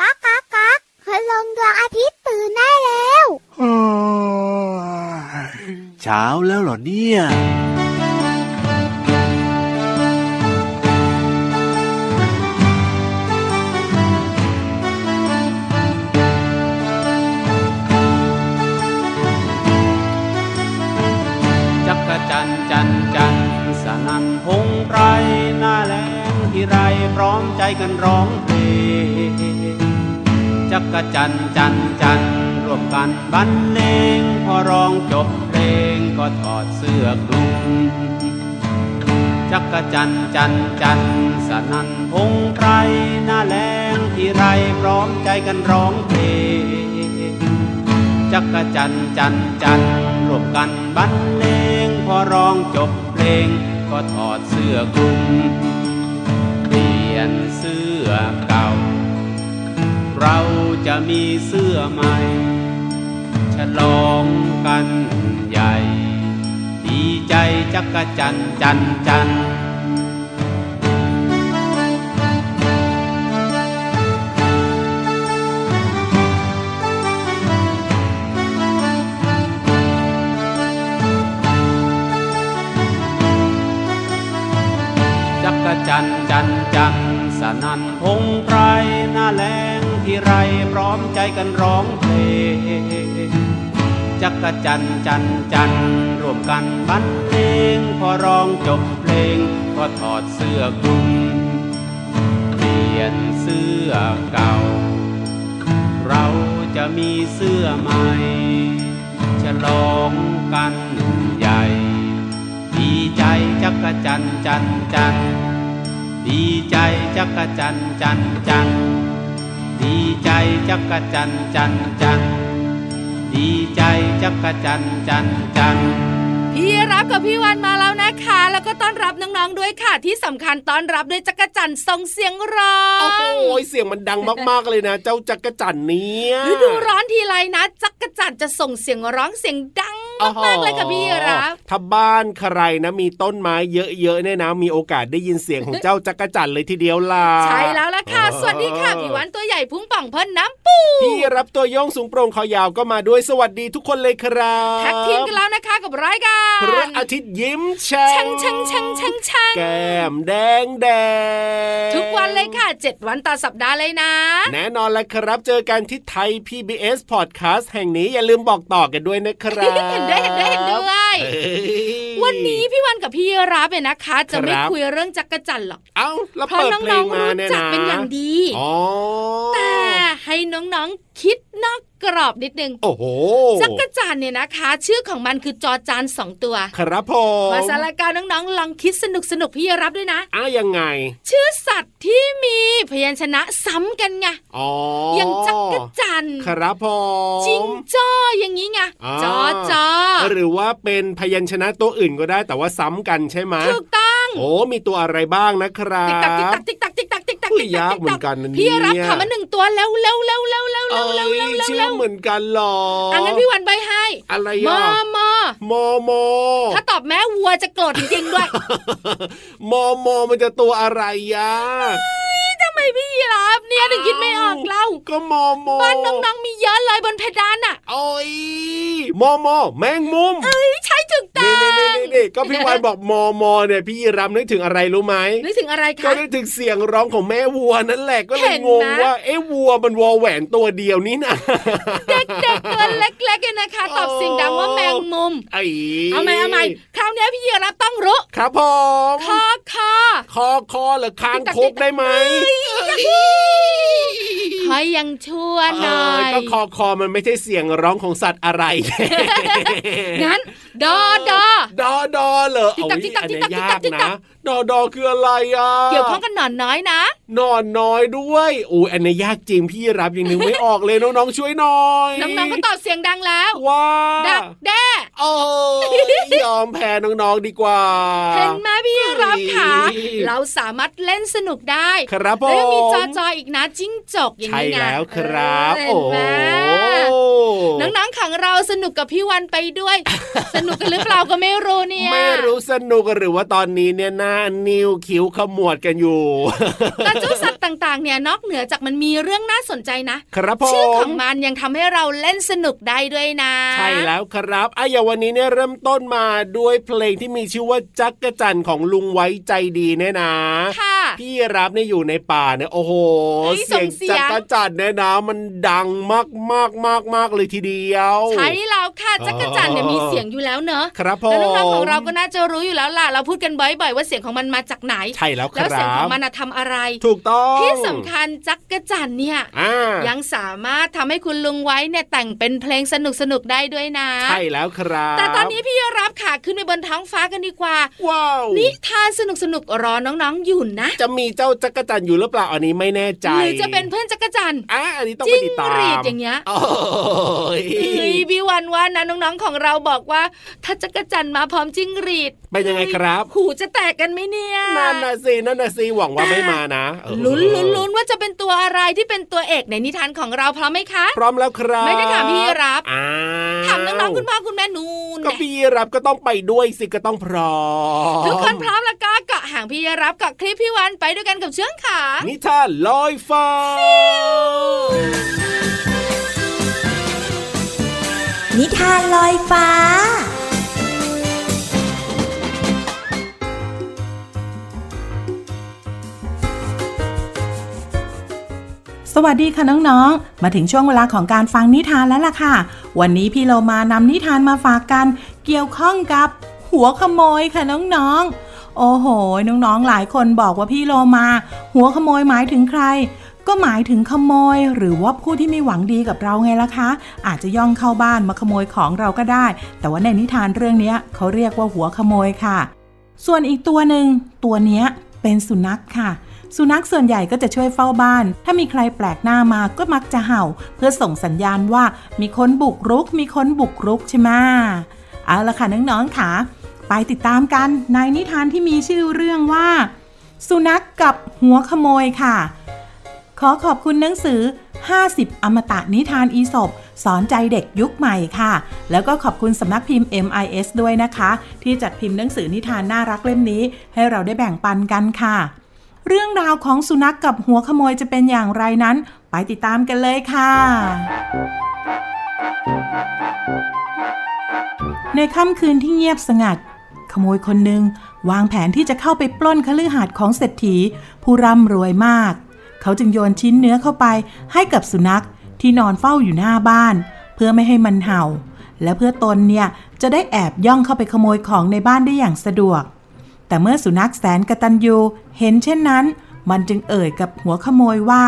ก๊ากก๊ากก๊ากคืลงดวงอาทิตย์ตื่นได้แล้ว เช้าแล้วเหรอเนี่ย จักรจันทร์จันทร์จันทร์สนั่นพงไพรหน้าแลงที่ไรพร้อมใจกันร้องเพลงจักรจันทร์จันทร์จันทร์รวมกันบรรเลงพอร้องจบเพลงก็ถอดเสื้อคลุมจักรจันทร์จันทร์จันทร์สนั่นพงไพรหน้าแลงที่ไรพร้อมใจกันร้องเพลง จักรจันทร์จันทร์จันทร์รวมกันบรรเลงพอร้องจบเพลง ก็ถอดเสื้อคลุม เปลี่ยนเสื้อเก่า เราจะมีเสื้อใหม่ ฉลองกันใหญ่ ดีใจจักรจันทร์จันทร์จันทร์ จักรจันทร์จันทร์จันทร์สนั่นพงไพรหน้าแรงที่ไรพร้อมใจกันร้องเพลงจักรจันทร์จันทร์จันทร์ร่วมกันบรรเลงพอร้องจบเพลงก็ถอดเสื้อคลุมเปลี่ยนเสื้อเก่า เราจะมีเสื้อใหม่ฉลองกันใหญ่ ดีใจจักกะจันจันจัน ดีใจจักกะจันจันจัน ดีใจจักกะจันจันจัน ดีใจจักกะจันจันจัน พี่รับกับพี่วันมาแล้วนะคะ แล้วก็ต้อนรับน้องๆด้วยค่ะ ที่สำคัญต้อนรับด้วยจักรจันทร์ทรงเสียงร้อ โอ้โห ง เสียงมันดังมากๆเลยนะ เจ้าจักรจันเนี่ย ฤดูร้อนทีไรนะจักรจันทร์จะส่งเสียงร้องเสียงดัง โอ้โห มากๆเลยค่ะพี่รับ ถ้าบ้านใครนะ มีต้นไม้เยอะๆเนี่ยนะ มีโอกาสได้ยินเสียงของเจ้าจักรจันเลยทีเดียวล่ะ ใช่แล้วล่ะค่ะ อ๋อ สวัสดีค่ะพี่วันตัวใหญ่พุงป่องเพิ่นน้ำปู พี่รับตัวโย่องสูงโปร่งคอยาวก็มาด้วยสวัสดีทุกคนเลยครับ แท็กทีมกันแล้วนะคะกับรายการ พระอาทิตย์ยิ้มแช่ ชังชังชังชังชัง แก้มแดงแดง ทุกวันเลยค่ะเจ็ดวันต่อสัปดาห์เลยนะ แน่นอนแล้วครับ เจอกันที่ไทย PBS Podcast แห่งนี้อย่าลืมบอกต่อกันด้วยนะครับ เห็นด้วยเห็นด้วยเห็นด้วย เอ้ย วันนี้พี่วันกับพี่รับเนี่ยนะคะ จะไม่ ครับ คุยเรื่องจักรจันทร์หรอก เอ้าแล้ว เพราะ เปิดเพล น้องงๆ มา รู้ เนี่ย จัก นะ เป็นอย่างดี อ๋อ แต่ให้น้องๆคิดนอกกรอบนิดนึง โอ้โห จักรจันทร์เนี่ยนะคะ ชื่อของมันคือจอจานสองตัว ครับผม มาสารการน้องๆ ลองคิดสนุกสนุกๆพี่รับด้วยนะ อ่ะยังไง ชื่อสัตว์ที่มีพยัญชนะซ้ำกันไง อ๋อ อ อย่าง จักรจันทร์ ครับผม จิงจ้ออย่างนี้ไง อ่า จอจอ หรือว่าเป็นพยัญชนะตัวอื่นก็ได้แต่ว่าซ้ำกันใช่ไหม ถูกต้อง โอ้มีตัวอะไรบ้างนะครั ติ๊กตักติ๊ก บ ตักติ๊กตักติ๊กตักติ๊กตัก อุ้ย ติ๊กตั ยาก ก เหมือนกันนะเนี่ย พี่รับขำมาหนึ่งตัวแล้วแล้วแล้วแล้วแล้ว เอ้ แล้วแล้ว ย แล้ว ชื่อ แล้ว เหมือนกันเหรอ อ่ะ อั งั้นพี่วันใบให้ อะไร มอ อ่ะ มอ โมโม ถ้าตอบแม่วัวจะโกรธจริงๆด้วย โมโมมันจะตัวอะไรยะ ทำไมพี่ยีราฟเนี่ยถึงคิดไม่ออกเล่า ก็โมโม บ้านน้องๆมีเยอะเลยบนเพดานอ่ะ โอ้ยโมโมแมงมุม ไม่ใช่ถึงตั นี่ ง นี่นี่นี่นี่ก็พี่วานบอกโมโมเนี่ยพี่ยีรำนึกถึงอะไรรู้ไหม นึกถึงอะไร ก็ คะ นึกถึงเสียงร้องของแม่วัวนั่นแหละก็เล เห็ ย น งง นะ ว่าเอ๊ะวัวมันวอแหวนตัวเดียวนี่นะ เด็กๆตัวเล็กๆเนี่ยนะคะ ตอบเสียงดังว่าแมงมุม ไอ้ เอาไหมเอาไหมคราวเนี้ยพี่ยีราฟต้องรู้ ครับผม คอคอ คอคอหรือคางคกได้ไหม คอยยังชั่วห เอ น่อ อย ก็คอคอมันไม่ใช่เสียงร้องของสัตว์อะไร งั้นดอดอ ดอดอเหรอ ติ๊กตัก โอ้ย ติ๊กตัก อันเนี้ย ติ๊กตั ยาก กติ๊กตัก นะ ดอดอคืออะไรอ่ะ เกี่ยวข้องกันหนอนน้อยนะ นอนน้อยด้วยโอ้ยอันเนี้ยยากจริงพี่รับยังนึกไม่ออกเลยน้องๆช่วยหน่อย น้องๆก็ตอบเสียงดังแล้ว ว้า ดักแด้ โอ้ยยอมแพ้น้องๆดีกว่า เห็นไหมพี่รับค่ะ อุ๊ย เราสามารถเล่นสนุกได้ ครับผ แล้วยังมี ม จอจออีกนะจิ้งจกอย่าง ใช่ นี้ไง แล้วครับ เอ โอ้ อ โห เห็นไหมน้องๆของเราสนุกกับพี่วันไป ด้วย สนุกกันหรือเปล่าก็ไม่รู้เนี่ย ไม่รู้สนุกหรือว่าตอนนี้เนี่ยหน้านิ้วคิ้วขมวดกันอยู่ แต่เจ้าสัตว์ ต่างๆ เนี่ยนอกเหนือจากมันมีเรื่องน่าสนใจนะครับ ผม ชื่อของมันยังทำให้เราเล่นสนุกได้ด้วยนะ ใช่แล้วครับอ่ะอย่างวันนี้เนี่ยเริ่มต้นมาด้วยเพลงที่มีชื่อว่าจักกะจันของลุงไว้ใจดีเนี่ยนะ ค่ะ พี่รับเนี่ยอยู่ในป่าเนี่ยโอ้โห เฮ้ยส่งเสียง จักรจันเนี่ยนะมันดังมากมากมากมากๆเลยทีเดียว ใช่แล้วค่ะจักรจันเนี่ย อ๋อ มีเสียงอยู่แล้วเนอะ ครับผ แล้ว ม น้องๆของเราก็น่าจะรู้อยู่แล้วล่ะเราพูดกันบ่อยๆว่าเสียงของมันมาจากไหน ใช่แล้วค แล้วเสียง รั ขอบ งมันน่ะทำอะไร ถูกต้อง ที่สำคัญจักกะจันเนี่ย อ่า ยังสามารถทำให้คุณลุงไว้เนี่ยแต่งเป็นเพลงสนุกสนุกๆได้ด้วยนะ ใช่แล้วครับ แต่ตอนนี้พี่รับค่ะขึ้นไปบนท้องฟ้ากันดีกว่า ว้าว นิทานสนุกสนุกๆรอน้องๆอยู่นะ จะมีเจ้าจักรจันอยู่หรือเปล่าอันนี้ไม่แน่ใจ หรือจะเป็นเพื่อนจักรจันทร์ อ่ะอันนี้ต้อง จิ้ ไป ง ติดตาม หรีดอย่างเงี้ย โอ้ย เอ้ยพี่วันว่านะน้องๆของเราบอกว่า ถ้าจักรจันทร์มาพร้อมจิ้งหรีด เป็นยังไงครับ หูจะแตกกันไหมเนี่ย นั่นนะสินั่นนะสิหวังว่าไม่มานะเออ ลุ้นลุ้นลุ้นๆๆว่าจะเป็นตัวอะไรที่เป็นตัวเอกในนิทานของเราพร้อมไหมคะ พร้อมแล้วครับ ไม่ได้ถามพี่รับ อ้าว ถามน้องๆคุณพ่อคุณแม่นูน ก็ แหละ พี่รับก็ต้องไปด้วยสิก็ต้องพร้อม ทุกคนพร้อมแล้วก็เกาะหางพี่รับเกาะคลิปพี่วันไปด้วยกันกับเชื่องขา นิทานลอยฟ้า นิทานลอยฟ้า สวัสดีค่ะน้องๆ มาถึงช่วงเวลาของการฟังนิทานแล้วล่ะค่ะ วันนี้พี่เรามานำนิทานมาฝากกัน เกี่ยวข้องกับหัวขโมยค่ะน้องๆ โอ้โห น้องๆ หลายคนบอกว่าพี่โลมา หัวขโมยหมายถึงใคร ก็หมายถึงขโมย หรือว่าผู้ที่ไม่หวังดีกับเราไงล่ะคะ อาจจะย่องเข้าบ้านมาขโมยของเราก็ได้ แต่ว่าในนิทานเรื่องเนี้ยเขาเรียกว่าหัวขโมยค่ะ ส่วนอีกตัวหนึ่งตัวเนี้ยเป็นสุนัขค่ะ สุนัขส่วนใหญ่ก็จะช่วยเฝ้าบ้าน ถ้ามีใครแปลกหน้ามาก็มักจะเห่า เพื่อส่งสัญญาณว่ามีคนบุกรุก มีคนบุกรุกใช่ไหมเอาละค่ะน้องๆค่ะ ไปติดตามกันในนิทานที่มีชื่อเรื่องว่า สุนัขกกับหัวขโมยค่ะ ขอขอบคุณหนังสือ 50 อมตะนิทานอีสบสอนใจเด็กยุคใหม่ค่ะ แล้วก็ขอบคุณสำนักพิมพ์ MIS ด้วยนะคะ ที่จัดพิมพ์หนังสือนิทานน่ารักเล่มนี้ ให้เราได้แบ่งปันกันค่ะ เรื่องราวของสุนัขกกับหัวขโมยจะเป็นอย่างไรนั้น ไปติดตามกันเลยค่ะ ในค่ำคืนที่เงียบสงัด ขโมยคนหนึ่งวางแผนที่จะเข้าไปปล้นคฤหาสน์ของเศรษฐี ผู้ร่ำรวยมาก เขาจึงโยนชิ้นเนื้อเข้าไปให้กับสุนัขที่นอนเฝ้าอยู่หน้าบ้าน เพื่อไม่ให้มันเห่า และเพื่อตนเนี่ยจะได้แอบย่องเข้าไปขโมยของในบ้านได้อย่างสะดวก แต่เมื่อสุนัขแสนกระตันยูเห็นเช่นนั้น มันจึงเอ่ยกับหัวขโมยว่า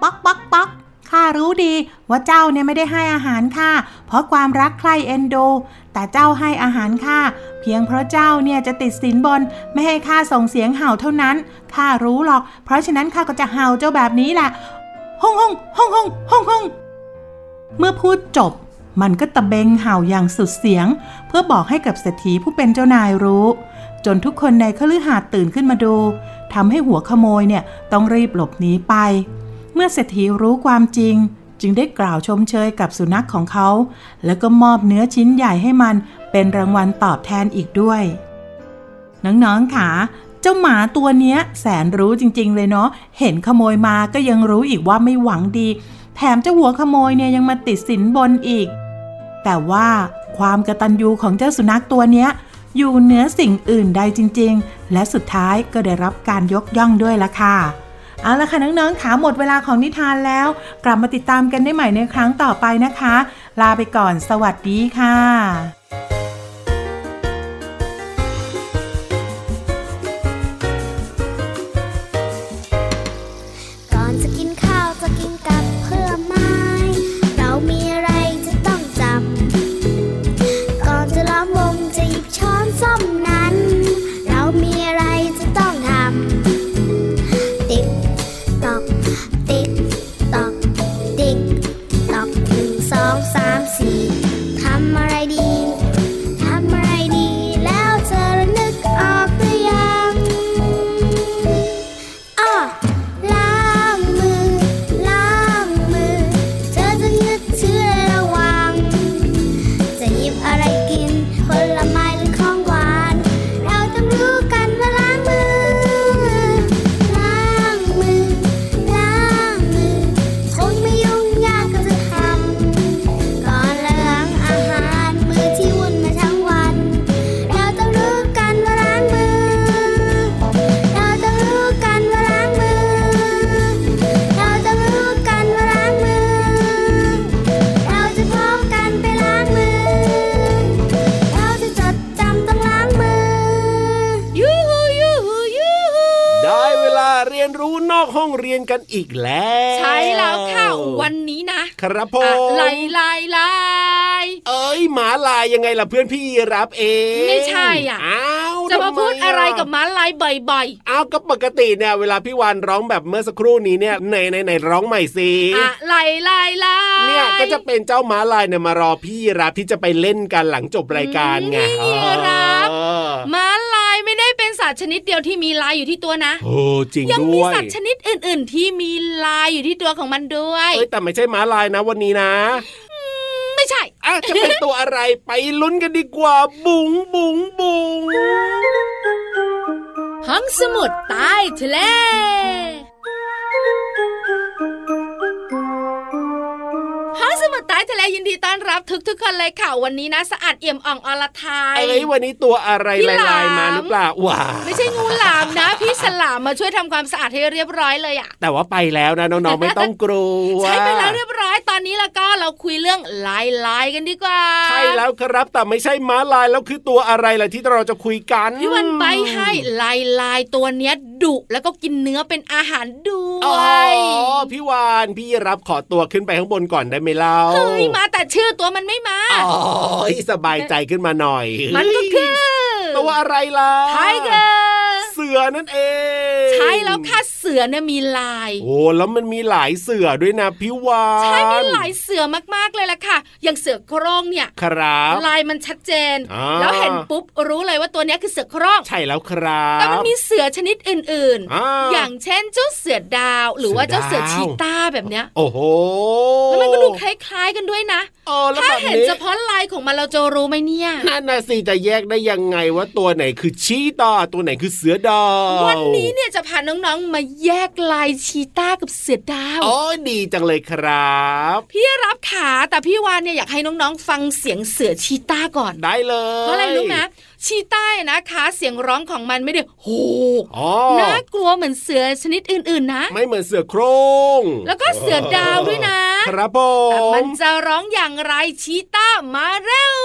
ป๊อกป๊อกป๊อกข้ารู้ดีว่าเจ้าเนี่ยไม่ได้ให้อาหารข้าเพราะความรักใคร่เอ็นดู แต่เจ้าให้อาหารข้าเพียงเพราะเจ้าเนี่ยจะติดสินบนไม่ให้ข้าส่งเสียงเห่าเท่านั้นข้ารู้หรอก เพราะฉะนั้นข้าก็จะเห่าเจ้าแบบนี้แหละฮ่องฮ่องฮ่องฮ่องฮ่องฮ่องเมื่อพูดจบ มันก็ตะเบงเห่าอย่างสุดเสียง เพื่อบอกให้กับเศรษฐีผู้เป็นเจ้านายรู้ จนทุกคนในคฤหาสน์ตื่นขึ้นมาดูทำให้หัวขโมยเนี่ยต้องรีบหลบหนีไป เมื่อเศรษฐีรู้ความจริง จึงได้กล่าวชมเชยกับสุนัขของเขา แล้วก็มอบเนื้อชิ้นใหญ่ให้มันเป็นรางวัลตอบแทนอีกด้วย น้องๆค่ะเจ้าหมาตัวเนี้ยแสนรู้จริง ๆ เลยเนาะเห็นขโมยมาก็ยังรู้อีกว่าไม่หวังดี แถมเจ้าหัวขโมยเนี่ยยังมาติดสินบนอีก แต่ว่าความกระตันยูของเจ้าสุนัขตัวเนี้ย อยู่เหนือสิ่งอื่นใดจริง ๆ และสุดท้ายก็ได้รับการยกย่องด้วยละค่ะ เอาละค่ะ น้องๆขาหมดเวลาของนิทานแล้ว กลับมาติดตามกันได้ใหม่ในครั้งต่อไปนะคะ ลาไปก่อนสวัสดีค่ะ ก่อนจะกินข้าวจะกินกับเพื่อไม้ เรามีอะไรจะต้องจำ ก่อนจะล้อมวงจะหยิบช้อนส้อมนั้น เรามีอะไรจะต้องทำ ติ๊กตอก ติ๊กตอก ติ๊กตอกหนึ่งสองสามสี่ทำอะไรดี รู้นอกห้องเรียนกันอีกแล้ว ใช่แล้วค่ะวันนี้นะครับ ผม อะไรลายลาย เอ้ยหมาลายยังไงล่ะเพื่อนพี่รับเอง ไม่ใช่อะ อ้าว จะมา ทำ พูดอะไรกับม้าลายบ่อย อ้าวก็ปกติเนี่ยเวลาพี่วานร้องแบบเมื่อสักครู่นี้เนี่ยไหนไหนไหนร้องใหม่สิ ๆอะลายลายลาย เนี่ยก็จะเป็นเจ้าหมาลายเนี่ยมารอพี่รับที่จะไปเล่นกันหลังจบรายการไง นี่ครับ เออ ม้าลายไม่ได้เป็นสัตว์ชนิดเดียวที่มีลายอยู่ที่ตัวนะ โอ้จริง ยังมี ด้วย สัตว์ชนิดอื่น ๆ ที่มีลายอยู่ที่ตัวของมันด้วย เอ้ยแต่ไม่ใช่หมาลายนะวันนี้นะ ไม่ใช่ อ่ะจะเป็นตัวอะไรไปลุ้นกันดีกว่า บุ๋งบุ๋งบุ๋ง ห้องสมุดใต้ทะเล ห้องสมุดใต้ทะเลยินดีต้อนรับทุกๆคนเลยค่ะวันนี้นะสะอาดเอี่ยมอ่องอรไทย เอ้ยวันนี้ตัวอะไร พี่ ลาย หลา ลาม ยมาหรือเปล่าว้า ไม่ใช่งูหลามนะ พี่ฉลามมาช่วยทำความสะอาดให้เรียบร้อยเลยอ่ะ แต่ว่าไปแล้วนะน้องๆ ไม่ต้องกลัว ใช้ไปแล้วเรียบร้อยตอนนี้แล้วก็เราคุยเรื่องลายลายๆกันดีกว่า ใช่แล้วครับแต่ไม่ใช่ม้าลายแล้วคือตัวอะไรล่ะที่เราจะคุยกัน พี่วันไปให้ลายลายๆตัวเนี้ยดุแล้วก็กินเนื้อเป็นอาหารด้วย อ๋อพี่วานพี่รับขอตัวขึ้นไปข้างบนก่อนได้ไหมเล่า เฮ้ยมาแต่ชื่อตัวมันไม่มา อ๋อสบายใจขึ้นมาหน่อย มันก็คือ ตัวอะไรล่ะ ไทเกอร์ เสือนั่นเอง ใช่แล้วค่ะเสือเนี่ยมีลาย โอ้แล้วมันมีหลายเสือด้วยนะพี่วาน ใช่มีหลายเสือมากๆเลยล่ะค่ะ อย่างเสือโคร่งเนี่ย ครับ ลายมันชัดเจน อ่า แล้วเห็นปุ๊บรู้เลยว่าตัวเนี้ยคือเสือโคร่ง ใช่แล้วครั แต่มัน บ มีเสือชนิดอื่น อ่า อย่างเช่นเจ้าเสือดาว หรือว่าเจ้า เสื เสือ อดาว ชีตาแบบเนี้ย โอ้โห แล้วมันก็ดูคล้ายๆกันด้วยนะ เออแล้ว ถ้า แบบ เห็น นี้ เฉพาะลายของมันเราจะรู้ไหมเนี่ย นั่นนะสิจะแยกได้ยังไงว่าตัวไหนคือชีตาตัวไหนคือเสือดาว วันนี้เนี่ยจะพาน้องๆ มาแยกลายชีตากับเสือดาว โอ้ยดีจังเลยครับ พี่รับขาแต่พี่วานเนี่ยอยากให้น้องๆ ฟังเสียงเสือชีตาก่อน ได้เลย เพราะอะไรรู้ไหมชีต้าเนี่ยนะคะเสียงร้องของมันไม่ได้โห อ๋อ น่ากลัวเหมือนเสือชนิดอื่นๆนะ ไม่เหมือนเสือโครง แล้วก็เสือดาวด้วยนะครับ ผ แต่ ม มันจะร้องอย่างไรชีต้ามาเร็ว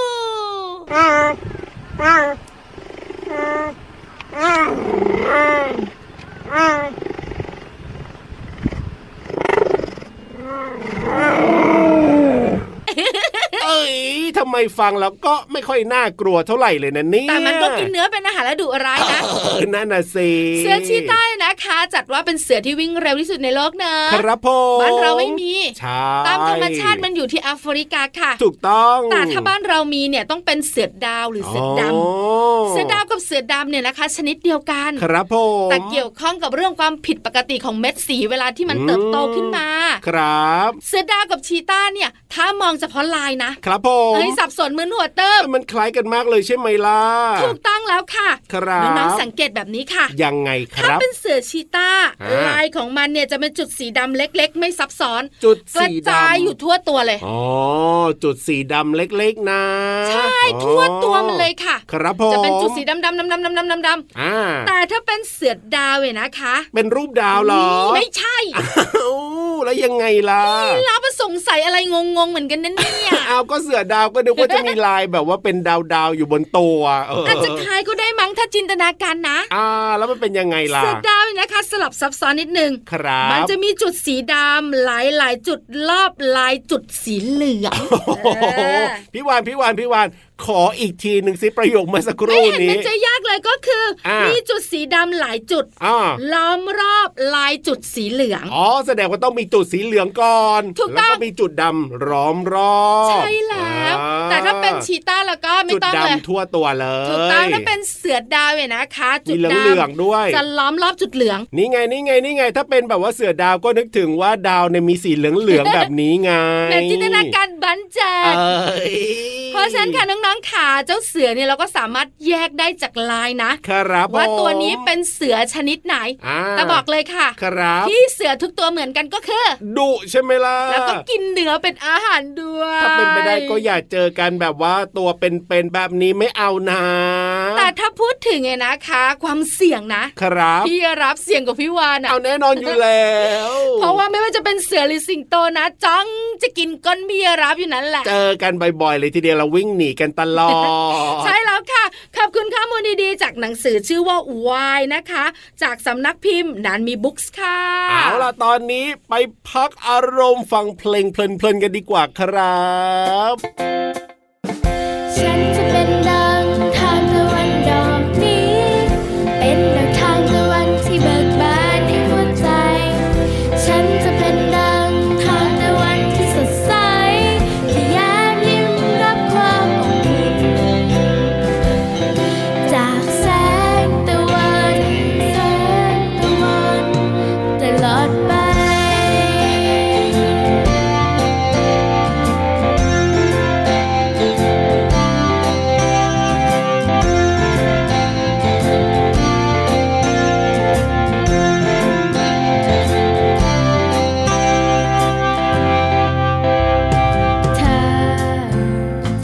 เอ้ยทำไมฟังแล้วก็ไม่ค่อยน่ากลัวเท่าไหร่เลยนะเนี่ย แต่มันก็กินเนื้อเป็นอาหารและดุร้ายนะ เออนั่นนะสิ เสือชีต้าเนี่ยนะคะ จัดว่าเป็นเสือที่วิ่งเร็วที่สุดในโลกเนอะ ครับผม บ้านเราไม่มี ใช่ ตามธรรมชาติมันอยู่ที่แอฟริกาค่ะ ถูกต้อง แต่ถ้าบ้านเรามีเนี่ยต้องเป็นเสือดาวหรือเสือด โ ำ เสือดาวกับเสือดำเนี่ยนะคะ ชนิดเดียวกัน ครับผม แต่เกี่ยวข้องกับเรื่องความผิดปกติของเม็ดสีเวลาที่มันเติบโตขึ้นมา ครับ เสือดาวกับชีต้าเนี่ย ถ้ามองเฉพาะลายนะครับ ผม เอ้ยสับสนเหมือนหัวเติม มันคล้ายกันมากเลยใช่ไหมล่ะ ถูกต้องแล้วค่ะ ครับ น้องๆสังเกตแบบนี้ค่ะ ยังไงค ถ้า รับ เป็นเสือชีต้า อ่า ลายของมันเนี่ยจะเป็นจุดสีดำเล็กๆ ไม่ซับซ้อน จุด กระ สีด จายอยู่ ำ ทั่วตัวเลย อ๋อ จุดสีดำเล็กๆนะ ใช่ทั่วตัวมันเลยค่ะ ครับผม จะเป็นจุดสีดำๆดำๆดำๆดำๆ อ่า แต่ถ้าเป็นเสือดาวเนี่ยนะคะ เป็นรูปดาวเหรอ ไม่ใช่ เอ้าแล้วยังไงล่ะ พี่รับสงสัยอะไรงงๆเหมือนกันนั่นเนี่ย เอาก็เสือดาวก็นึกว่าจะมีลายแบบว่าเป็นดาวดาวๆอยู่บนตัวเออ อาจจะคล้ายก็ได้มั้งถ้าจินตนาการนะ อ่า แล้วมันเป็นยังไงล่ะ เสือดาวเนี่ยนะคะ สลับซับซ้อนนิดนึง ครับ มันจะมีจุดสีดำหลายหลายๆจุดรอบลายจุดสีเหลือง โอ้โห เออ พี่วานพี่วานพี่วานขออีกทีหนึ่งสิประโยคเมื่อสักค ไม่ รู่ เห็นมั นี้ นจะยากเลยก็คืออา มี มีจุดสีดำหลายจุด อ่า ล้อมรอบลายจุดสีเหลือง อ๋อแสดงว่าต้องมีจุดสีเหลืองก่อน ถูกต้อง แล้วก็มีจุดดำร้อมรอบ ใช่แล้ว อ่ แต่ถ้าเป็นชีต้าแล้วก็ไม่ จุด ต้องเลย ดำทั่วตัวเลย ถูกต้องถ้าเป็นเสือดาวเนี่ยนะคะ จุ มี ด เหลือง ด เหลืองๆด้วย ำจะล้อมรอบจุดเหลือง นี่ไงนี่ไงนี่ไง ถ้าเป็นแบบว่าเสือดาวก็นึกถึงว่าดาวเนี่ยมีสีเหลืองเหลืองๆ แบบนี้ไง แบบจินตนาการบันเจิ เอ้ ด ย เพราะฉะนั้นค่ะน้องๆขาเจ้าเสือเนี่ยเราก็สามารถแยกได้จากลายนะ ครับผม ว่าตัวนี้เป็นเสือชนิดไหน อ่า แต่บอกเลยค่ะ ครับ ที่เสือทุกตัวเหมือนกันก็คือ ดุใช่ไหมล่ะ แล้วก็กินเนื้อเป็นอาหารด้วย ถ้าเป็นไปได้ก็อย่าเจอกันแบบว่าตัวเป็นๆแบบนี้ไม่เอานะ แต่ถ้าพูดถึงไงนะคะ ความเสี่ยงนะครับ พี่รับเสี่ยงกับพี่วานอะ เอาแน่นอนอยู่แล้ว เพราะว่าไม่ว่าจะเป็นเสือหรือสิงโตนะจ้องจะกินก้นพี่รับอยู่นั้นแหละ เจอกันบ่อยๆเลยทีเดียวเรา แล้ววิ่งหนีกันตลอด ใช่แล้วค่ะ ขอบคุณข้อมูลดีๆ จากหนังสือชื่อว่าวายนะคะ จากสำนักพิมพ์นันมีบุ๊กส์ค่ะ เอาล่ะ ตอนนี้ไปพักอารมณ์ฟังเพลงเพลินๆกันดีกว่าครับ ฉันจะเป็นดังทานตะวันดอกนี้ เป็นดังทานตะวันที่เบิกบานในหัวใจ ฉันจะเป็นดังทานตะวันที่สดใสที่แย้มยิ้มรับความอบอุ่นจากแสงตะวันแสงตะวันตลอดไป เธอ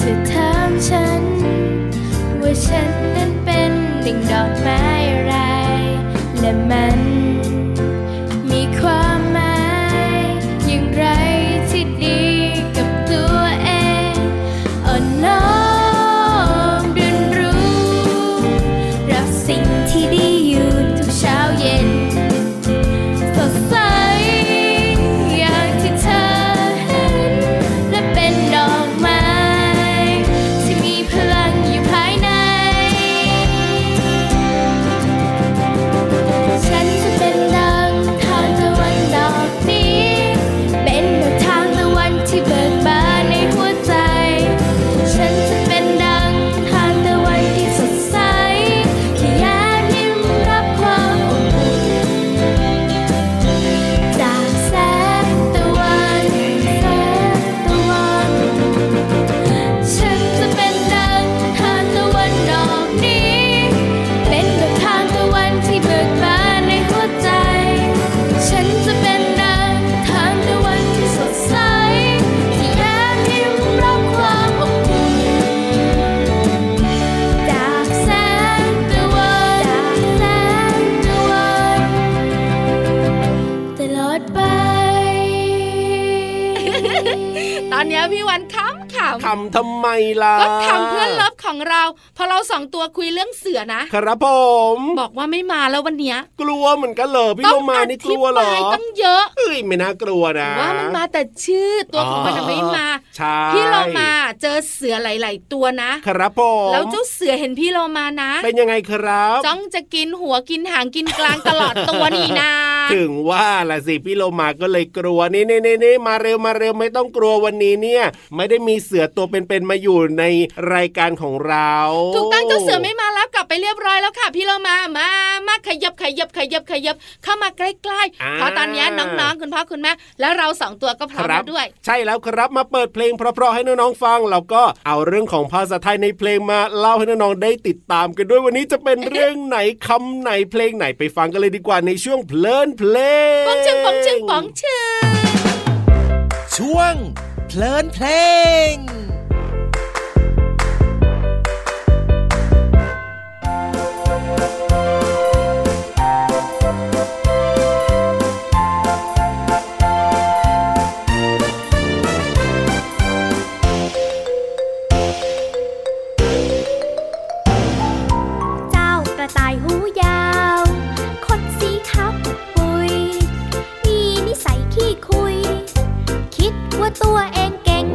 จะถามฉัน ว่าฉันนั้นเป็นดังดอกไม้อะไร และมันมีความหมายอย่างไรที่ดีกับตัวเองอ่อนน้อมเรียนรู้ รับสิ่งที่ดีอยู่ทุกเช้าเย็น สดใสอย่างที่เธอเห็น และเป็นดอกไม้ที่มีพลังอยู่ภายใน ฉันจะเป็นดังทางตะวันดอกนี้ เป็นดอกทางตะวันที่เบิกบานในหัวใจ ฉันจะเป็นดังทางตะวันที่สดใสที่แย้มยิ้มรับความอบอุ่น จากแสงตะวันแสงตะวัน ฉันจะเป็นดังทานตะวันดอกนี้ เป็นดอกทานตะวันที่เบิกบานในหัวใจ ฉันจะเป็นดังทานตะวันที่สดใส ที่แย้มยิ้มรับความอบอุ่น จากแสงตะวันจากแสงตะวัน ตลอดไป ตอนเนี้ยพี่วันขำข ทำทำไมล่ะ ำก็ขำเพื่อนเลิฟของเราพอเราสองตัวคุยเรื่องเสือนะ ครับผม บอกว่าไม่มาแล้ววันเนี้ย กลัวเหมือนกันเหรอพี่ ต้อ โล ง มา อ นี่ก ธิ ลัวเหร บา อย ต้องเยอะ เอ้ยไม่น่ากลัวนะ ว่ามันมาแต่ชื่อตัวของมันน่ะไม่มา ใช่ พี่เรามาเจอเสือหลาย ๆ ตัวนะ ครับผม แล้วเจ้าเสือเห็นพี่เรามานะ เป็นยังไงครับ จ้องจะกินหัวกินหางกินกลางตลอดตัวนี่นา ถึงว่าล่ะสิพี่โลมาก็เลยกลัวนี่นี่นี่นี่มาเร็วมาเร็วไม่ต้องกลัววันนี้เนี่ย ไม่ได้มีเสือตัวเป็นๆมาอยู่ในรายการของเรา ถูกต้องเจ้าเสือไม่มาแล้วกลับไปเรียบร้อยแล้วค่ะ พี่เรามามามาขยับขยับขยับขยับเข้ามาใกล้ๆเพราะตอนเนี้ยน้องๆคุณพ่อคุณแม่แล้วเราสองตัวก็พร้อมแล้วด้วย ใช่แล้วครับมาเปิดเพลงเพราะๆให้น้องๆฟังแล้วก็เอาเรื่องของภาษาไทยในเพลงมาเล่าให้น้องๆได้ติดตามกันด้วยวันนี้จะเป็นเรื่องไหนคำไหนเพลงไหนไปฟังกันเลยดีกว่าในช่วงเพลินเพลง ป๋องชึงป๋องชึงป๋องชึง ช่วงเพลินเพลง เจ้ากระต่ายหูยาว คนสีขาวปุย มีนิสัยขี้คุย คิดว่าตัวเองเก่ง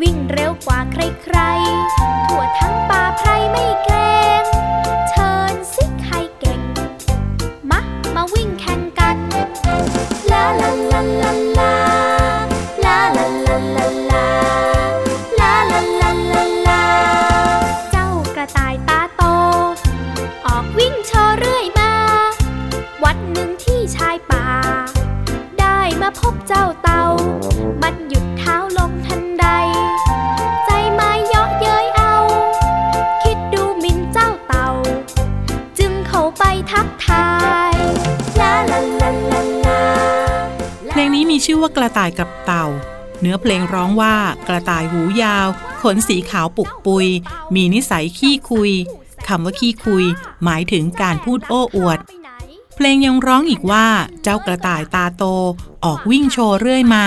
วิ่งเร็วกว่าใครๆ ทั่วทั้งป่าไพรไม่เกรงเชิญสิใครเก่ง มะมาวิ่งแข่งกัน ลาลาลาลาลา ลาลาลาลาลา ลาลาลาลาลา เจ้ากระต่ายตาโต ออกวิ่งโชว์เรื่อยมา วัดหนึ่งที่ชายป่า ได้มาพบเจ้าเต่า มันหยุดเท้าลงทันใด ใจมาเยาะเย้ยเอา คิดดูหมินเจ้าเต่า จึงเข้าไปทักทาย ลาลาลาลาลา เพลงนี้มีชื่อว่ากระต่ายกับเต่า เนื้อเพลงร้องว่ากระต่ายหูยาว ขนสีขาวปุกปุย มีนิสัยขี้คุยคำว่าขี้คุย หมายถึงการพูดโอ้อวด เพลงยังร้องอีกว่าเจ้ากระต่ายตาโตออกวิ่งโชว์เรื่อยมา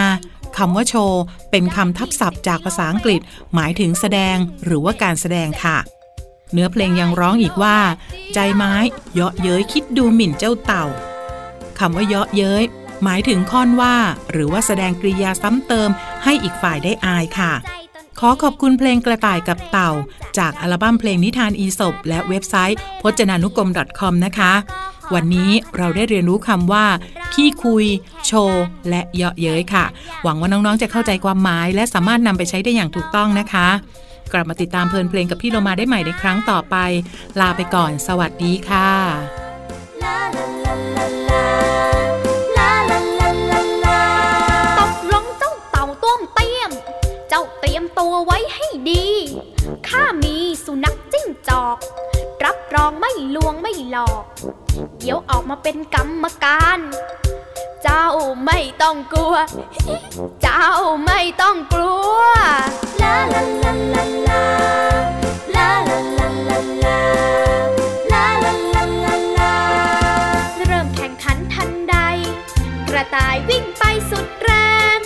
คำว่าโชว์ เป็นคำทับศัพท์จากภาษาอังกฤษ หมายถึงแสดงหรือว่าการแสดงค่ะ เนื้อเพลงยังร้องอีกว่า ใจไม้เยาะเย้ยคิดดูหมิ่นเจ้าเต่า คำว่าเยาะเย้ยหมายถึงค่อนว่า หรือว่าแสดงกริยาซ้ำเติมให้อีกฝ่ายได้อายค่ะ ขอขอบคุณเพลงกระต่ายกับเต่า จากอัลบั้มเพลงนิทานอีสบและเว็บไซต์พจนานุกรม .com นะคะ วันนี้เราได้เรียนรู้คำว่า ขี้คุย โชว์ และเยาะเย้ยค่ะ หวังว่าน้องๆจะเข้าใจความหมาย และสามารถนำไปใช้ได้อย่างถูกต้องนะคะ กลับมาติดตามเพลินเพลงกับพี่โลมาได้ใหม่ในครั้งต่อไป ลาไปก่อน สวัสดีค่ะ ตกลงเจ้าเต่าต้วมเตี้ยม เจ้าเตรียมตัวไว้ให้ดี ข้ามีสุนัขจิ้งจอก รับรองไม่ลวงไม่หลอก เดี๋ยวออกมาเป็นกรรมการ เจ้าไม่ต้องกลัว เจ้าไม่ต้องกลัว ลาลาลาลาลา ลาลาลาลาลา ลาลาลาลาลา เริ่มแข่งขันทันใด กระต่ายวิ่งไปสุดแรง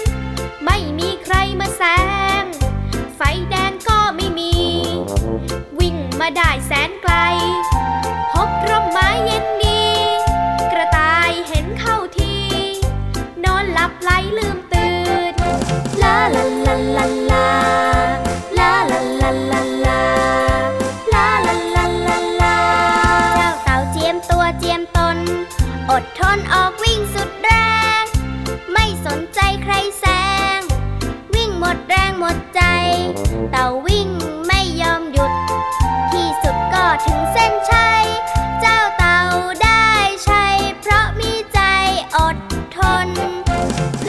ไม่มีใครมาแซง ไฟแดงก็ไม่มี วิ่งมาได้แสนไกล พบร่มไม้เย็นดี กระต่ายเห็นเข้าที นอนหลับไหลลืมตื่น ลาลาลาลาลา ลาลาลาลาลา ลาลาลาลาลา เจ้าเต่าเจียมตัวเจียมตน อดทนออกวิ่งสุดแรง ไม่สนใจใครแซง วิ่งหมดแรงหมดใจ เต่าวิ่งไม่ยอมหยุด ที่สุดก็ถึงเส้นชัย เจ้าเต่าได้ชัย เพราะมีใจอดทน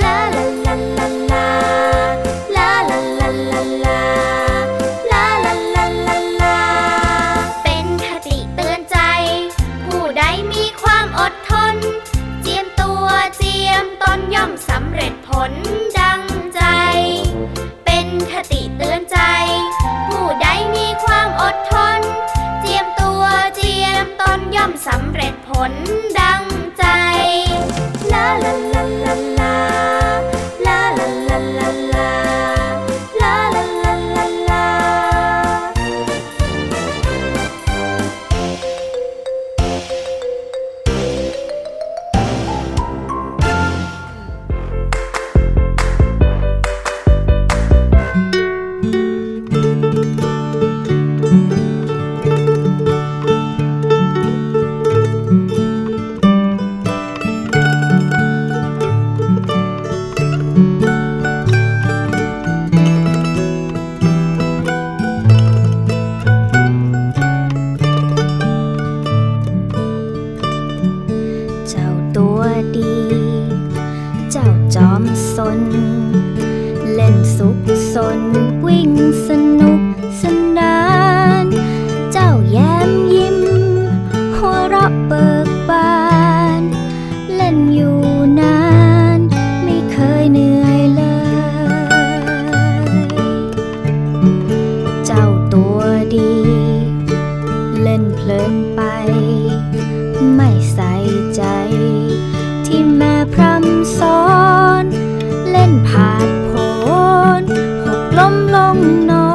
ลาลาลาลาลา ลาลาลาลาลา ลาลาลาลาลา เป็นคติเตือนใจ ผู้ใดมีความอดทน เจียมตัวเจียมตนย่อมสำเร็จผลดังใจ เป็นคติเตือนใจ ผู้ใดมีความอดทน เจียมตัวเจียมตนย่อมสำเร็จผลดังใจ ลาลาลาลาลา ลาลาลาลาลา ลาลาลาลาลา เจ้าตัวดี เจ้าจอมสน เล่นสุกสนวิ่งสนุกสนาน เจ้าแย้มยิ้ม หัวเราะเบิกบาน เล่นอยู่นาน ไม่เคยเหนื่อยเลย เจ้าตัวดี เล่นเพลินไป ไม่ใส่ใจ ที่แม่พร่ำสอน เล่นผาดโผนหกล้มลงนอ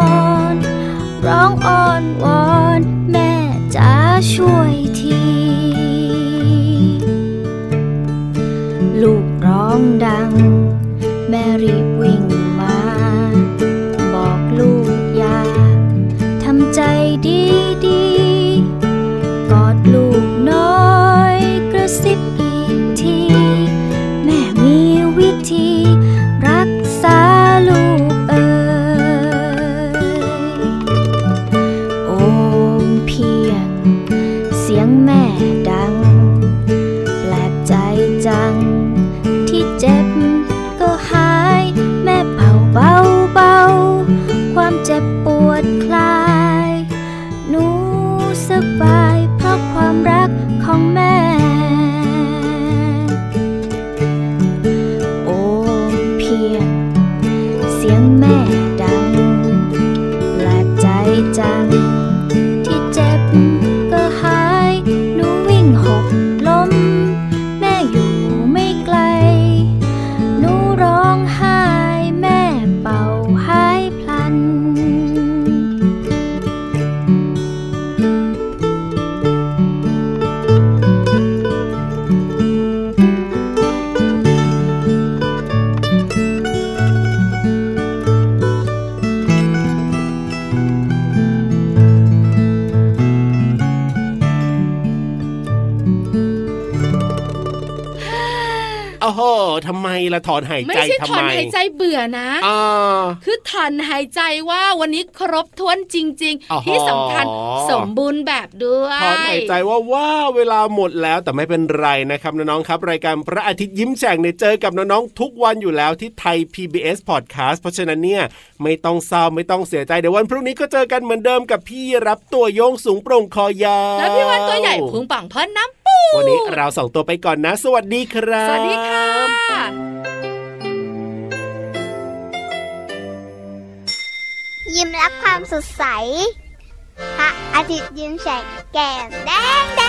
น ร้องอ้อนวอน แม่จ๋าช่วยที ลูกร้องดัง แม่รีบวิ่งมา บอกลูกอย่าทำใจดีดีๆ กอดลูกน้อยกระซิบอีกที แม่มีวิธี รักษาลูกเอ่ยโอมเพียง เสียงแม่ดัง แปลกใจจัง ที่เจ็บก็หาย แม่เป่าเบาเบาๆความเจ็บปวดคลาย หนูสบายเพราะความรักของแม่ โอมเพียง เสียงแม่ดังแปลกใจจัง ที่เจ็บก็หาย หนูวิ่งหกล้ม แม่อยู่ไม่ไกล ทำไมละถอนหาย ไม่ ใจ ใช่ ทำ ถอน ไม หายใจเบื่อนะ อ่า คือถอนหายใจว่าวันนี้ครบถ้วนจริง อ๋อ ๆ ที่สำคัญสมบูรณ์แบบด้วย ถอนหายใจว่าว่าเวลาหมดแล้วแต่ไม่เป็นไรนะครับน้องๆครับ รายการพระอาทิตย์ยิ้มแฉ่งเนี่ยเจอกับน้องๆทุกวันอยู่แล้วที่ไทย PBS Podcast เพราะฉะนั้นเนี่ยไม่ต้องเศร้าไม่ต้องเสียใจเดี๋ยววันพรุ่งนี้ก็เจอกันเหมือนเดิมกับพี่รับตัวโยงสูงโปร่งคอยาว แล้วพี่วันตัวใหญ่พุงป่องพ่นน้ำปู วันนี้เราสองตัวไปก่อนนะ สวัสดีครับ สวัสดีค่ะ ยิ้มรับความสดใส พระอาทิตย์ยิ้มแฉกแก้มแดงแด